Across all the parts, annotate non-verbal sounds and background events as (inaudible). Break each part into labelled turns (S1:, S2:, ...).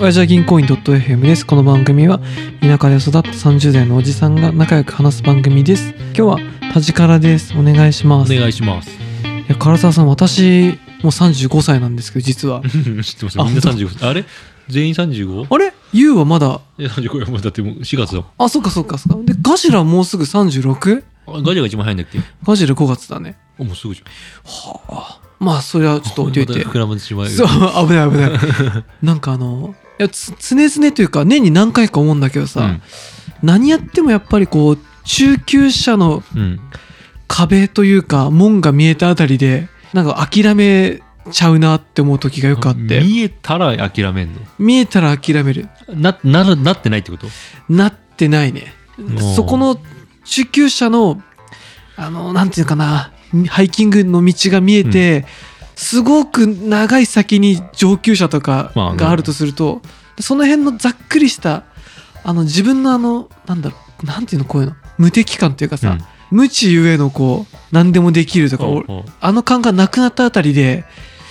S1: 親父は銀行員 .fm です。この番組は田舎で育った30代のおじさんが仲良く話す番組です。今日は田地からです。お願いし
S2: お
S1: ます。い
S2: 願いします。。
S1: や、唐沢さん、私、もう35歳なんですけど、実は
S2: (laughs) (laughs) 知ってます
S1: あ
S2: みん
S1: 本
S2: な
S1: 当
S2: 35歳。あれ全員 35?
S1: あれユウはまだ、
S2: いや35やもうだってもう4月だもん
S1: あ、そっかそっかそっか。で、ガジラもうすぐ 36?
S2: あガジャが一番早いんだっけ
S1: ガジラ5月だね。
S2: あもうすぐじゃん。
S1: はあ。まあ、それはちょっと置いといて
S2: また。膨らまでしまうよ
S1: (laughs) そう、危ない危ない。
S2: (laughs)
S1: なんかあの、いやつ常々というか、年に何回か思うんだけどさ、
S2: うん
S1: 何やってもやっぱりこう、中級者の
S2: うん。
S1: 壁というか、門が見えたあたりで、なんか諦めちゃうなって思う時がよくあって、
S2: 見えたら諦めんの
S1: 見えたら諦める。
S2: な、なる、なってないってこと
S1: なってないね
S2: お。ー
S1: そこの中級者の、あの、なんていうのかな、ハイキングの道が見えて、すごく長い先に上級者とか
S2: まあね
S1: があるとすると、その辺のざっくりした、あの、自分のあの、なんだろう、なんていうの、こういうの、無敵感というかさ、
S2: うん
S1: 無知ゆえのこう、何でもできるとか、
S2: お
S1: お
S2: うおう
S1: あの感がなくなったあたりで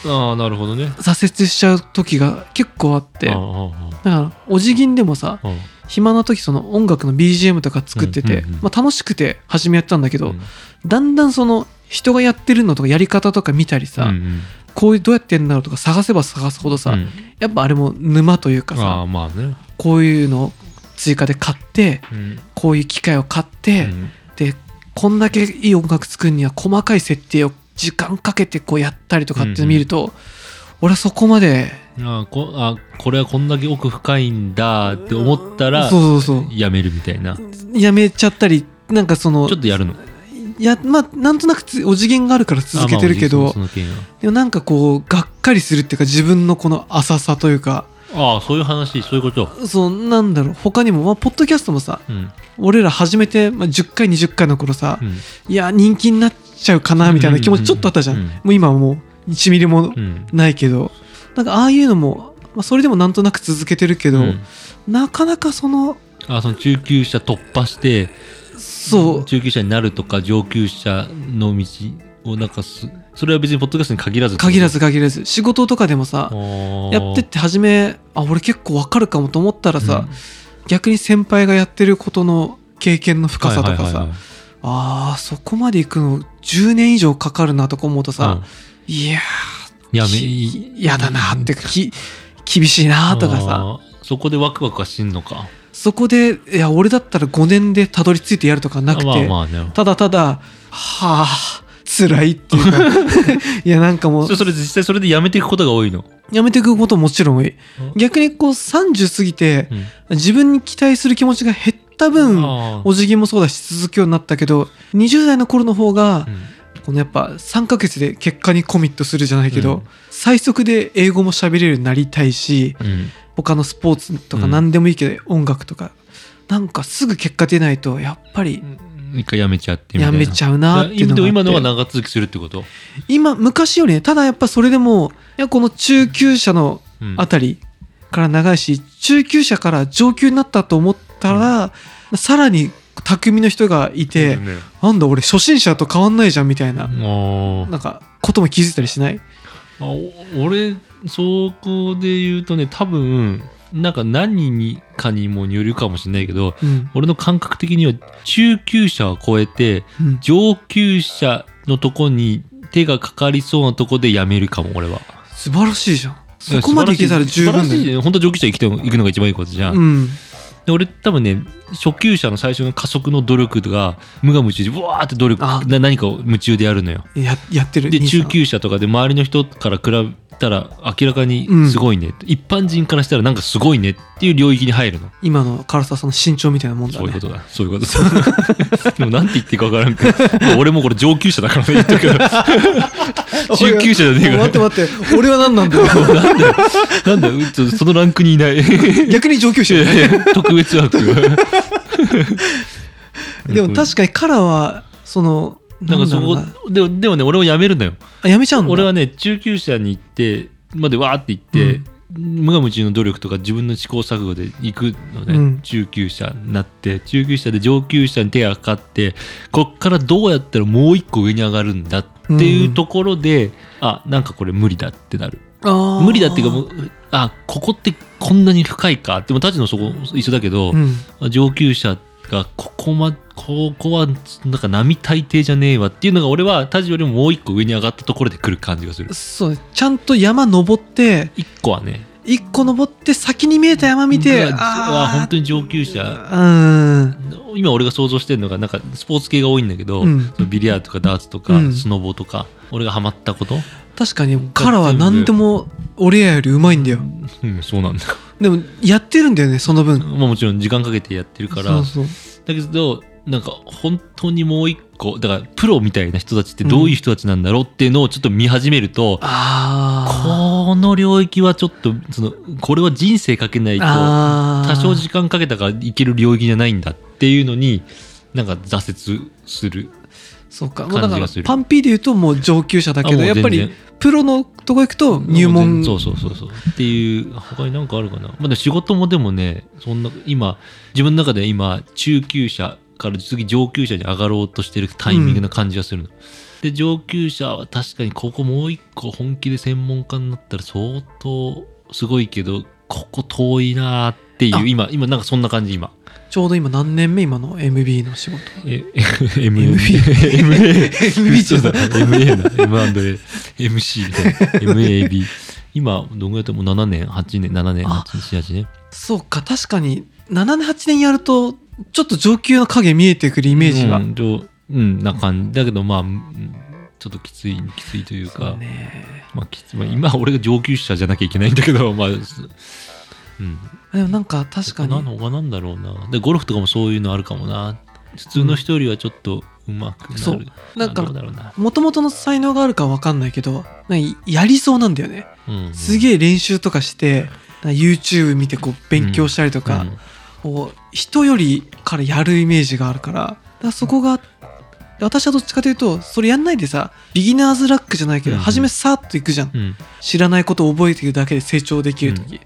S2: ああ、なるほどね。
S1: 挫折しちゃう時が結構あって、
S2: ああ
S1: だから、お辞儀でもさ、
S2: ああああ
S1: 暇な時その音楽の BGM とか作ってて、
S2: うんうんうん
S1: まあ、楽しくて始めやったんだけど、
S2: うん
S1: だんだんその人がやってるのとかやり方とか見たりさ、
S2: うんうん
S1: こういうどうやってんだろうとか探せば探すほどさ、
S2: うん
S1: やっぱあれも沼というか
S2: あ
S1: さ
S2: あ、まあね。
S1: こういうのを追加で買って
S2: うん
S1: こういう機械を買って、
S2: うん
S1: でこんだけいい音楽作るには細かい設定を時間かけてこうやったりとかって見ると、俺はそこまで
S2: ああこあこれはこんだけ奥深いんだって思ったら
S1: そうそうそう
S2: やめるみたいなち
S1: やめちゃったりなんかその
S2: ょっとやるの
S1: いやまあなんとなくつお次元があるから続けてるけ
S2: あま
S1: ど
S2: あ、その件は
S1: でもなんかこうがっかりするっていうか自分のこの浅さというか
S2: ああそういう話そういうこと
S1: そうなんだろう他にも、まあ、ポッドキャストもさ
S2: うん
S1: 俺ら初めて、まあ、10回20回の頃さ、
S2: うん
S1: いや人気になっちゃうかなみたいな気持ちちょっとあったじゃん,、
S2: うんうんうん
S1: もう今はもう1ミリも
S2: うん
S1: ないけど、なんかああいうのも、まあ、それでもなんとなく続けてるけど、
S2: うん
S1: なかなかその
S2: あその中級者突破して
S1: そう
S2: 中級者になるとか上級者の道をなんかすそれは別にポッドキャストに限らず
S1: 限らず限らず仕事とかでもさ、や
S2: や
S1: ってって初めあ俺結構わかるかもと思ったらさ、逆に先輩がやってることの経験の深さとかさ、あーそこまで行くの10年以上かかるなとか思うとさ、いや
S2: や
S1: ー
S2: め
S1: きやだなってき厳しいなとかさ
S2: あーそこでワクワクはしんのか
S1: そこでいや俺だったら5年でたどり着いてやるとかなくて、
S2: まあまあね
S1: ただただはあ辛いっていうか
S2: (laughs)
S1: いやなんかもう
S2: それそれ実際それでやめていくことが多いの
S1: やめていくことももちろん多い逆にこう30過ぎて
S2: うん
S1: 自分に期待する気持ちが減った分
S2: あー
S1: お辞儀もそうだし続くようになったけど20代の頃の方が、
S2: うん
S1: このやっぱ3ヶ月で結果にコミットするじゃないけど、
S2: うん
S1: 最速で英語も喋れるようになりたいし
S2: うん
S1: 他のスポーツとか
S2: うん
S1: 何でもいいけど、音楽とかなんかすぐ結果出ないとやっぱり
S2: 一回やめちゃってみた
S1: や
S2: いな
S1: めちゃうなっていうのがあっ
S2: で
S1: て
S2: も今のが長続きするってこと
S1: 今昔よりねただやっぱそれでもいやこの中級者の
S2: うん
S1: あたりから長いし中級者から上級になったと思ったら、さらに匠の人がいて、
S2: ね
S1: なんだ俺初心者と変わんないじゃんみたいな、
S2: あー
S1: なんかことも気づいたりしない
S2: あお俺そこで言うとね多分なんか何にかにもよるかもしれないけど
S1: うん
S2: 俺の感覚的には中級者を超えて
S1: うん
S2: 上級者のとこに手がかかりそうなとこでやめるかも俺は
S1: 素晴らしいじゃんそこまでいけたら十
S2: 素
S1: 分
S2: 晴
S1: だ
S2: らしい
S1: よ
S2: ね本当上級者生きても行くのが一番いいことじゃん、
S1: うん
S2: で俺多分ね初級者の最初の加速の努力が無我夢中でブワーって努力
S1: あ
S2: な何かを夢中でやるのよ
S1: ややってる
S2: で
S1: 兄さん
S2: 中級者とかで周りの人から比べたら明らかにすごいね、一般人からしたらなんかすごいねっていう領域に入るの、
S1: 今の唐沢さんの身長みたいなもんだ
S2: そういう
S1: ね
S2: ことだそういうことだ (laughs) でもなんて言っていいか分からんけどまあ俺もこれ上級者だからね言っとくけど (laughs) 中級者じ
S1: おいおい
S2: ゃねえから
S1: 待って待って俺は何なんだよ
S2: (laughs) なんだよなんだよちょっとそのランクに
S1: (laughs)
S2: いないい
S1: 逆に上級者
S2: やいや特別枠
S1: でも確かにカラーはその
S2: なんかそ
S1: ろう
S2: こでもでもね俺はやめるのよ
S1: あやめちゃうんだ
S2: 俺はね中級者に行ってまでわーって行って、無我夢中の努力とか自分の試行錯誤で行くのね、
S1: うん
S2: 中級者になって中級者で上級者に手がかかってこっからどうやったらもう一個上に上がるんだっていうところで、あなんかこれ無理だってなる
S1: あー
S2: 無理だっていうかもうあここってこんなに深いかでもたちのそこ一緒だけど
S1: う、ん、
S2: 上級者がここまここはなんか並大抵じゃねえわっていうのが俺はタジよりももう一個上に上がったところで来る感じがする
S1: そうねちゃんと山登って
S2: 一個はね
S1: 一個登って先に見えた山見て
S2: うん
S1: あ
S2: 本当
S1: に
S2: に上級者
S1: うん
S2: 今俺が想像してるのがなんかスポーツ系が多いんだけど、
S1: うん
S2: そのビリヤードとかダーツと
S1: うん
S2: かスノボとか、俺がハマっ
S1: (laughs)
S2: たこと、
S1: 確かにカラは何でも俺らよりうまいんだよ
S2: うん、そうなんだ (laughs)
S1: でもやってるんだよねその分
S2: まあもちろん時間かけてやってるから
S1: そうそう
S2: だけどなんか本当にもう一個だからプロみたいな人たちってどういう人たちなんだろうっていうのをちょっと見始めると、
S1: あ
S2: この領域はちょっとそのこれは人生かけない
S1: ー
S2: と
S1: あー
S2: 多少時間かけたからいける領域じゃないんだっていうのになんか挫折する
S1: そうか
S2: 感じ
S1: もう
S2: が
S1: だから
S2: する
S1: パンピーで言うともう上級者だけ
S2: あ
S1: ど
S2: もう
S1: や
S2: 全
S1: っ
S2: 然
S1: ぱりプロのとこ行くと入門
S2: そうそうそうそうっていう他に何かあるかなまあでも仕事もでもねそんな今自分の中で今中級者から次上級者に上がろうとしてるタイミングな感じがするの、で上級者は確かにここもう一個本気で専門家になったら相当すごいけどここ遠いなーってい
S1: あ
S2: う今今なんかそんな感じ今
S1: ちょうど今何年目今の MB の仕事
S2: (laughs) え M
S1: MB MB 中
S2: そうだ
S1: だ
S2: MA だ M&A MC みたいな MAB 今どんぐらいだもう7年8年7年
S1: あ
S2: 78年
S1: そうか確かに7年8年やるとちょっと上級の影見えてくるイメージが、
S2: うんどううんな感じだけどまあうんちょっときついきついという
S1: そ
S2: か
S1: うね
S2: まあきつまあ今俺が上級者じゃなきゃいけないんだけどまあすうん
S1: でもなんか確か
S2: 他
S1: に
S2: の他なんだろうなでゴルフとかもそういうのあるかもな普通の人よりはちょっとうまくなる、
S1: そうなんか
S2: どうだろうな、
S1: もともとの才能があるかわかんないけどなんかやりそうなんだよね
S2: うん、
S1: す
S2: え
S1: げえ練習とかしてなんか YouTube 見てこう勉強したりとか、こう人よりからやるイメージがあるからだからそこが私はどっちかというとそれやんないでさビギナーズラックじゃないけど、
S2: うん
S1: 初めさーっといくじゃん、
S2: うんうん
S1: 知らないことを覚えていくだけで成長できる時、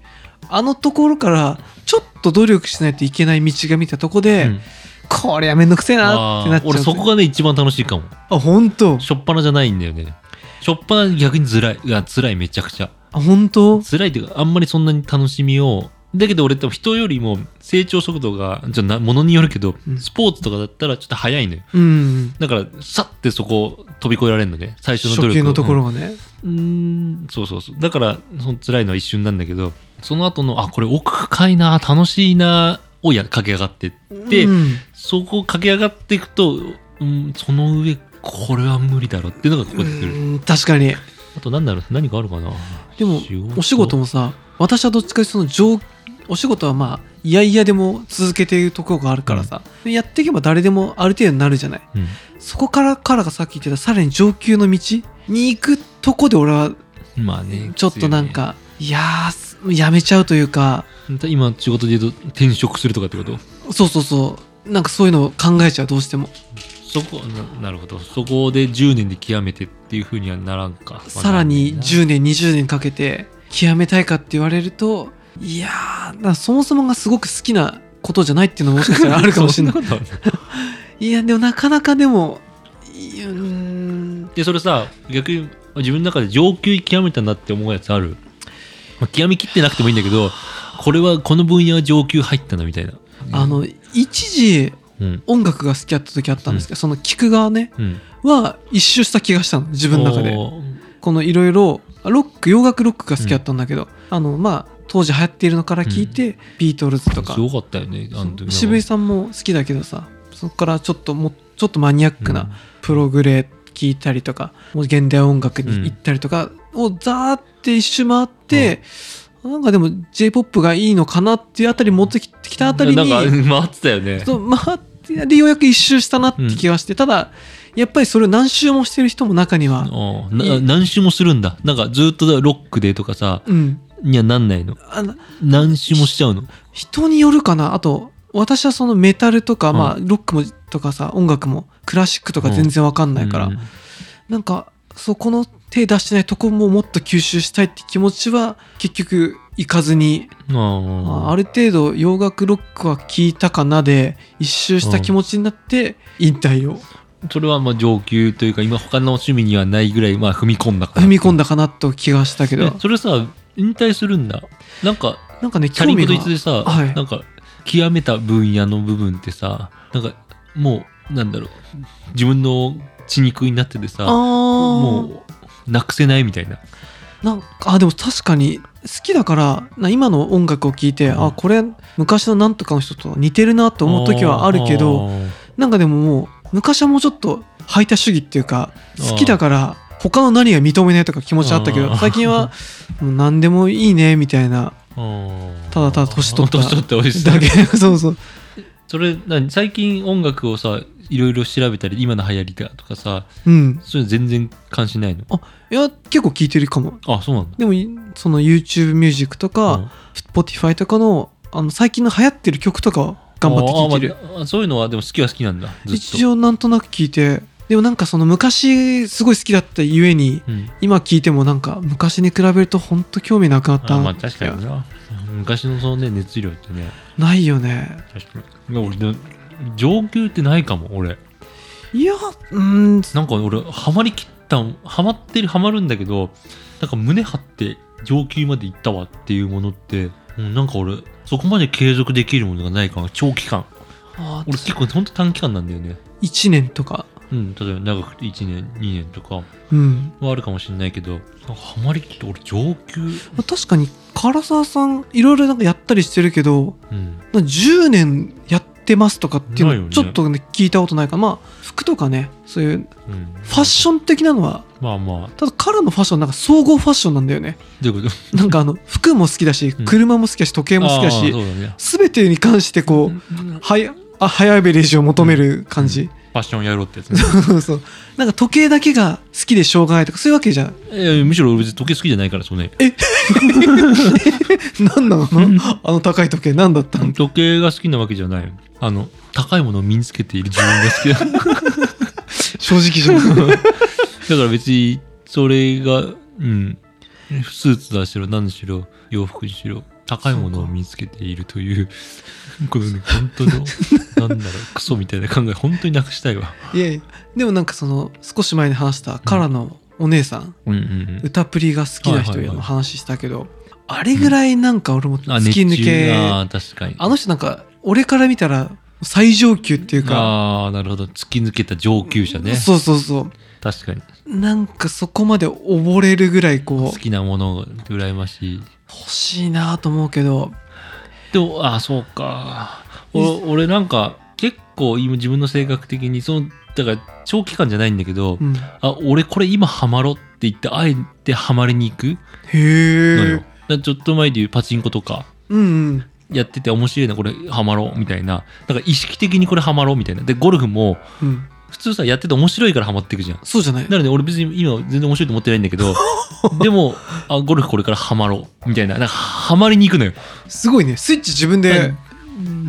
S1: あのところからちょっと努力しないといけない道が見たとこで、
S2: うん
S1: これはめんどくせえなってなっちゃう
S2: 俺そこがね一番楽しいかも
S1: あ本当
S2: しょっぱなじゃないんだよねしょっぱな逆に辛いいや辛いめちゃくちゃ
S1: あ本当
S2: 辛いっていうかあんまりそんなに楽しみをだけど俺多分人よりも成長速度がちょっとなものによるけど、
S1: うん
S2: スポーツとかだったらちょっと早いのよ
S1: うん
S2: だからさってそこを飛び越えられるのね最初の努
S1: 初
S2: 力
S1: 級のところがね、
S2: うんうーんそうそうそうだからその辛いのは一瞬なんだけどその後のあこれ奥深いな楽しいなをや駆け上がってって、
S1: うん
S2: そこを駆け上がっていくと、うん、その上これは無理だろっていうのがここで来る、
S1: うん確かに
S2: あと何だろう何かあるかな
S1: でもお仕事
S2: も
S1: もさ私はどっちかというとその上お仕事はまあいやいやでも続けているところがあるからさ、でやっていけば誰でもある程度になるじゃない
S2: うん
S1: そこからからがさっき言ってたさらに上級の道に行くとこで俺は
S2: まあね
S1: ちょっとなんか、いやーすやめちゃうというか
S2: きついよね今仕事で言うと転職するとかってこと
S1: そうそうそうなんかそういうのを考えちゃうどうしても
S2: そこななるほどそこで10年で極めてっていうふうにはならんか、まあ
S1: さらに
S2: な
S1: 10年20年かけて極めたいかって言われるといやーだからそもそもがすごく好きなことじゃないっていうのももしかしたらあるかもしれない
S2: そんことはない
S1: やでもなかなかでもいやうーん
S2: いで (laughs) それさ逆に自分の中で上級極めたなって思うやつある、まあ極めきってなくてもいいんだけどこれはこの分野は上級入ったなみたいな
S1: あの一時
S2: うん
S1: 音楽が好きだった時あったんですけど、その聴く側ね
S2: うん
S1: は一周した気がしたの自分の中で
S2: おー
S1: このいろいろロック洋楽ロックが好きだったんだけど、あのまあ当時流行っているのから聞いて、ビートルズとか
S2: すごかったよねあの時
S1: 渋井さんも好きだけどさそこからちょっともうちょっとマニアックな、プログレ聞いたりとかもう現代音楽に行ったりとかをザーって一周回って、なんかでも j p o p がいいのかなっていうあたり持ってききたあたり
S2: なんか
S1: に
S2: 回ってたよね
S1: そう回ってでようやく一周したなって気がして、ただやっぱりそれを何周もしてる人も中には、
S2: おう
S1: い
S2: ない何周もするんだなんかずっとロックでとかさ
S1: うん、
S2: にはなんないの
S1: あの
S2: 何周もしちゃうの
S1: 人によるかなあと私はそのメタルとか、
S2: うん
S1: まあ、ロックもとかさ音楽もクラシックとか全然わかんないから、
S2: うん
S1: なんかそこの手出してないとこももっと吸収したいって気持ちは結局いかずに、まあ
S2: あ
S1: あ
S2: れ
S1: る程度洋楽ロックは聞いたかなで一周した気持ちになって引退を
S2: それはまあ上級というか今他の趣味にはないぐらいまあ踏み込んだかな
S1: 踏み込んだかなと気がしたけど
S2: えそれさ引退するんだなんか
S1: なんかね
S2: チ
S1: 興
S2: ャリンコ
S1: 味
S2: と
S1: が
S2: 一緒でさ、
S1: はい
S2: なんか極めた分野の部分ってさなんかもうなんだろう自分の血肉になってて
S1: あ
S2: さ
S1: も
S2: もうなくせないみたいな
S1: なんかあでも確かに好きだからな今の音楽を聴いて、
S2: うん
S1: あこれ昔のなんとかの人と似てるなと思う時はあるけどなんかでももう昔はもうちょっと排他主義っていうか
S2: あー
S1: 好きだから他の何が認めないとか気持ちあったけ
S2: あ
S1: ど
S2: ー
S1: 最近
S2: (laughs)
S1: はもう何でもいいねみたいな
S2: あー
S1: ただただ年取った
S2: 年取ったおいし
S1: だけ (laughs) そうそう
S2: それ何最近音楽をさいろいろ調べたり今の流行りだとかさ
S1: うん
S2: そういうの全然関心ないの
S1: いや結構聴いてるかも
S2: あそうなんだ
S1: でもいその YouTube ミュージックとか、
S2: うん
S1: Spotify とかのあの最近の流行ってる曲とかは頑張って聴いてる
S2: あー、まああそういうのはでも好きは好きなんだずっと
S1: 一応なんとなく聞いてでもなんかその昔すごい好きだったゆえに
S2: うん
S1: 今聞いてもなんか昔に比べるとほんと興味なくなった
S2: あま
S1: な
S2: あ確かにな昔のそのね熱量ってね
S1: ないよね
S2: 確かに俺ね上級ってないかも俺
S1: いやうん
S2: なんか俺ハマりきったんハマってるハマるんだけどなんか胸張って上級まで行ったわっていうものって、うん、なんか俺そこまで継続できるものがないから長期間
S1: あ
S2: 俺結構ほんと短期間なんだよね
S1: 1年とか
S2: うん例えば長くて1年2年とかは
S1: うん
S2: あるかもしれないけどなんかハマりきって俺上級
S1: まあ確かに唐沢さんいろいろなんかやったりしてるけど
S2: うん
S1: なんか10年やってますとかって
S2: ない
S1: いう
S2: よ
S1: の
S2: ね
S1: ちょっとね聞いたことないからまあ服とかねそういう
S2: うん
S1: ファッション的なのは
S2: まあまあ
S1: ただ彼のファッションなんか総合ファッションなんだよね
S2: どういうこと
S1: なんかあの服も好きだし
S2: ん
S1: 車も好きだし時計も好きだ
S2: あー
S1: し
S2: そうだね
S1: 全てに関してこう
S2: フ
S1: 早あ早いベレージを求める感じ、
S2: ァッションやろうっ
S1: (laughs)
S2: てやつね
S1: そうそうなんか時計だけが好きでしょうがないとかそういうわけじゃ (laughs) ん
S2: いやむしろ俺別に時計好きじゃないからそのね
S1: 何なのあの高い時計何だった
S2: (laughs)
S1: の
S2: 時計が好きなわけじゃないあの高いものを身につけている自分が好きだだか
S1: 正直じゃん
S2: ら別にそれがうんスーツだしろ何しろ洋服にしろ高いものを身につけているというこのね本当
S1: (laughs)
S2: のなんだろうクソみたいな考え本当になくしたいわ
S1: (laughs) いやいやでもなんかその少し前に話したカラのお姉さん、
S2: うんうん
S1: 歌プリが好きな人
S2: はいはい
S1: の
S2: はい
S1: 話したけど、あれぐらいなんか俺も
S2: あ
S1: 突き抜け、
S2: あ確かに
S1: あの人なんか俺から見たら最上級っていうか、
S2: あーなるほど突き抜けた上級者ね
S1: そうそうそう
S2: 確かに
S1: なんかそこまで溺れるぐらいこ
S2: 好
S1: う
S2: きなものが羨ましい
S1: 欲しいなと思うけど
S2: でもあそうかお俺なんか結構今自分の性格的にそのだから長期間じゃないんだけど、
S1: うん、へ
S2: あ俺これ今ハマろうって言ってあえてハマりに行くのよ
S1: え、
S2: だからちょっと前で言うパチンコとか
S1: うんうん、
S2: やってて面白いなこれハマろうみたいななんか意識的にこれハマろうみたいなでゴルフも
S1: うん、
S2: 普通さやってて面白いからハマっていくじゃん
S1: そうじゃない
S2: なので俺別に今全然面白いと思ってないんだ
S1: (laughs)
S2: けどでもあゴルフこれからハマろうみたいななんかハマりに行くのよ
S1: すごいねスイッチ自分で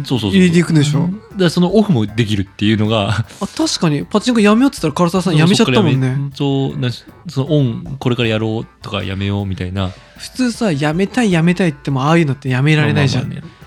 S2: そうそうそう
S1: 入れていくんでしょ
S2: だからそのオフもできるっていうの
S1: (laughs)
S2: が
S1: あ確かにパチンコやめようって言ったら唐沢さんやめちゃったもんね
S2: そうなしそのオンこれからやろうとかやめようみたいな
S1: 普通さやめたいやめたいってもああいうのってやめられないじゃん、
S2: まあまあまあね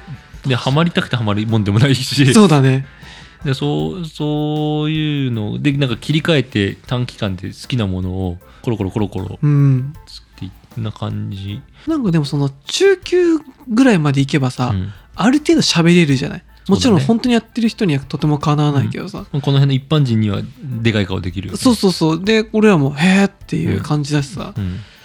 S2: でハマりたくてハマるもんでもないし
S1: そうだね
S2: (laughs) でそうそういうのでなんか切り替えて短期間で好きなものをコロコロコロコロ
S1: うん
S2: つっていんな感じ、
S1: なんかでもその中級ぐらいまでいけばさ、
S2: うん
S1: ある程度喋れるじゃないもちろ
S2: そうんだね
S1: 本当にやってる人にはとてもかなわないけどさ、
S2: この辺の一般人にはでかい顔できるよね
S1: そうそうそうで俺らもへーっていう感じだしさ、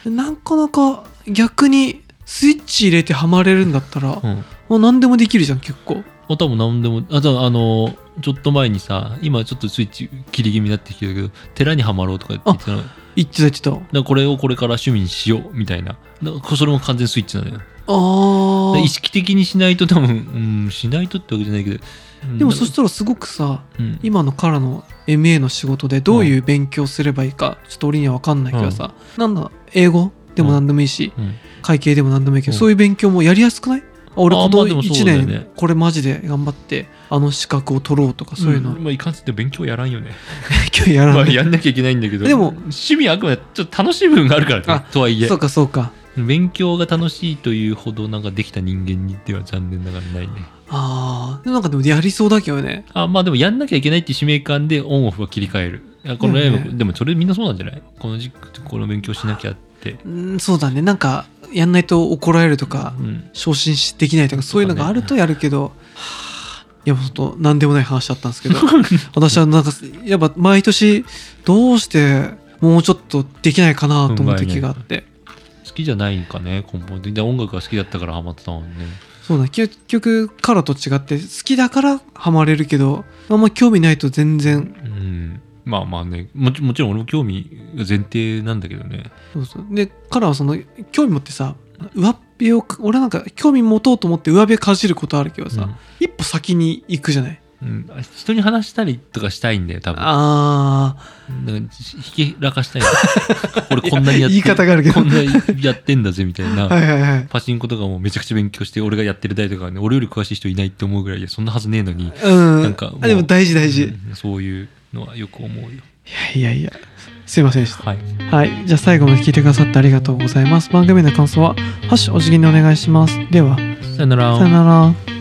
S2: うん
S1: なかなか逆にスイッチ入れてハマれるんだったら、
S2: うん
S1: もう何でもできるじゃん結構
S2: あ多分何でもあとあのちょっと前にさ今ちょっとスイッチ切り気味になってきてるけど寺にはまろうとかって言ってたのだか
S1: 言ってた言ってた
S2: らこれをこれから趣味にしようみたいなだからそれも完全スイッチなのよだか
S1: あー
S2: ら意識的にしないと多分、うん、しないとってわけじゃないけど、うん
S1: でもそしたらすごくさ
S2: うん
S1: 今のからの MA の仕事でどういう勉強すればいいかちょっと俺には分かんないけどさ、なんだ英語でも何でもいいし、
S2: うん
S1: 会計でも何でもいいけど、
S2: うん
S1: そういう勉強もやりやすくないあ俺
S2: あ
S1: こ
S2: まあ
S1: の
S2: でもそう
S1: 1
S2: だよね
S1: 年これマジで頑張ってあの資格を取ろうとかそういうの、
S2: んまあ、いかんせんって勉強やらんよね、
S1: 勉強やら
S2: (laughs) ま
S1: な
S2: あ、
S1: い、
S2: やんなきゃいけないんだけど
S1: でも
S2: 趣味はあくまでちょっと楽しい部分があるから
S1: あ
S2: ねとはいえ
S1: そうかそうか
S2: 勉強が楽しいというほどなんかできた人間にでは残念ながらないね
S1: ああでもなんかでもやりそうだけどね
S2: あまあでもやんなきゃいけないっていう使命感でオンオフは切り替えるいやこの
S1: うん
S2: 絵
S1: うん
S2: も、でもそれみんなそうなんじゃないこの時期この勉強しなきゃって、
S1: うんそうだねなんかやんないと怒られるとか
S2: うん、
S1: 昇進しできないとかそういうのがあるとやるけど、いやもうほんと何でもない話だったんですけ
S2: (laughs)
S1: ど私はなんかやっぱ毎年どうしてもうちょっとできないかなと思った気があって、
S2: 好きじゃないんかね根本的に音楽が好きだったからハマってたもんね
S1: そうだ結局カラと違って好きだからハマれるけどあんま興味ないと全然
S2: うんまあまあねもちもちろん俺も興味が前提なんだけどね
S1: そうそうでカラはその興味持ってさ上っぺを俺なんか興味持とうと思って上っぺかじることあるけどさ、
S2: うん
S1: 一歩先に行くじゃない
S2: うん、人に話したりとかしたいんだよ多分
S1: ああ
S2: なんかひひけらかした (laughs) いんだよ俺こんなにやって
S1: いや言い方があるけど
S2: こんなやってんだぜみたいな、
S1: はいはいはい
S2: パチンコとかもめちゃくちゃ勉強して俺がやってる台とかね俺より詳しい人いないって思うぐらいいやそんなはずねえのに
S1: うん
S2: なんかもう
S1: あでも大事大事、い
S2: うんそういうのはよく思うよ
S1: やいやいやすいませんでした
S2: はい
S1: はい。じゃあ最後まで聞いてくださってありがとうございます。番組の感想は、ハッシュお辞儀にお願いします。では、
S2: さよなら
S1: さよなら。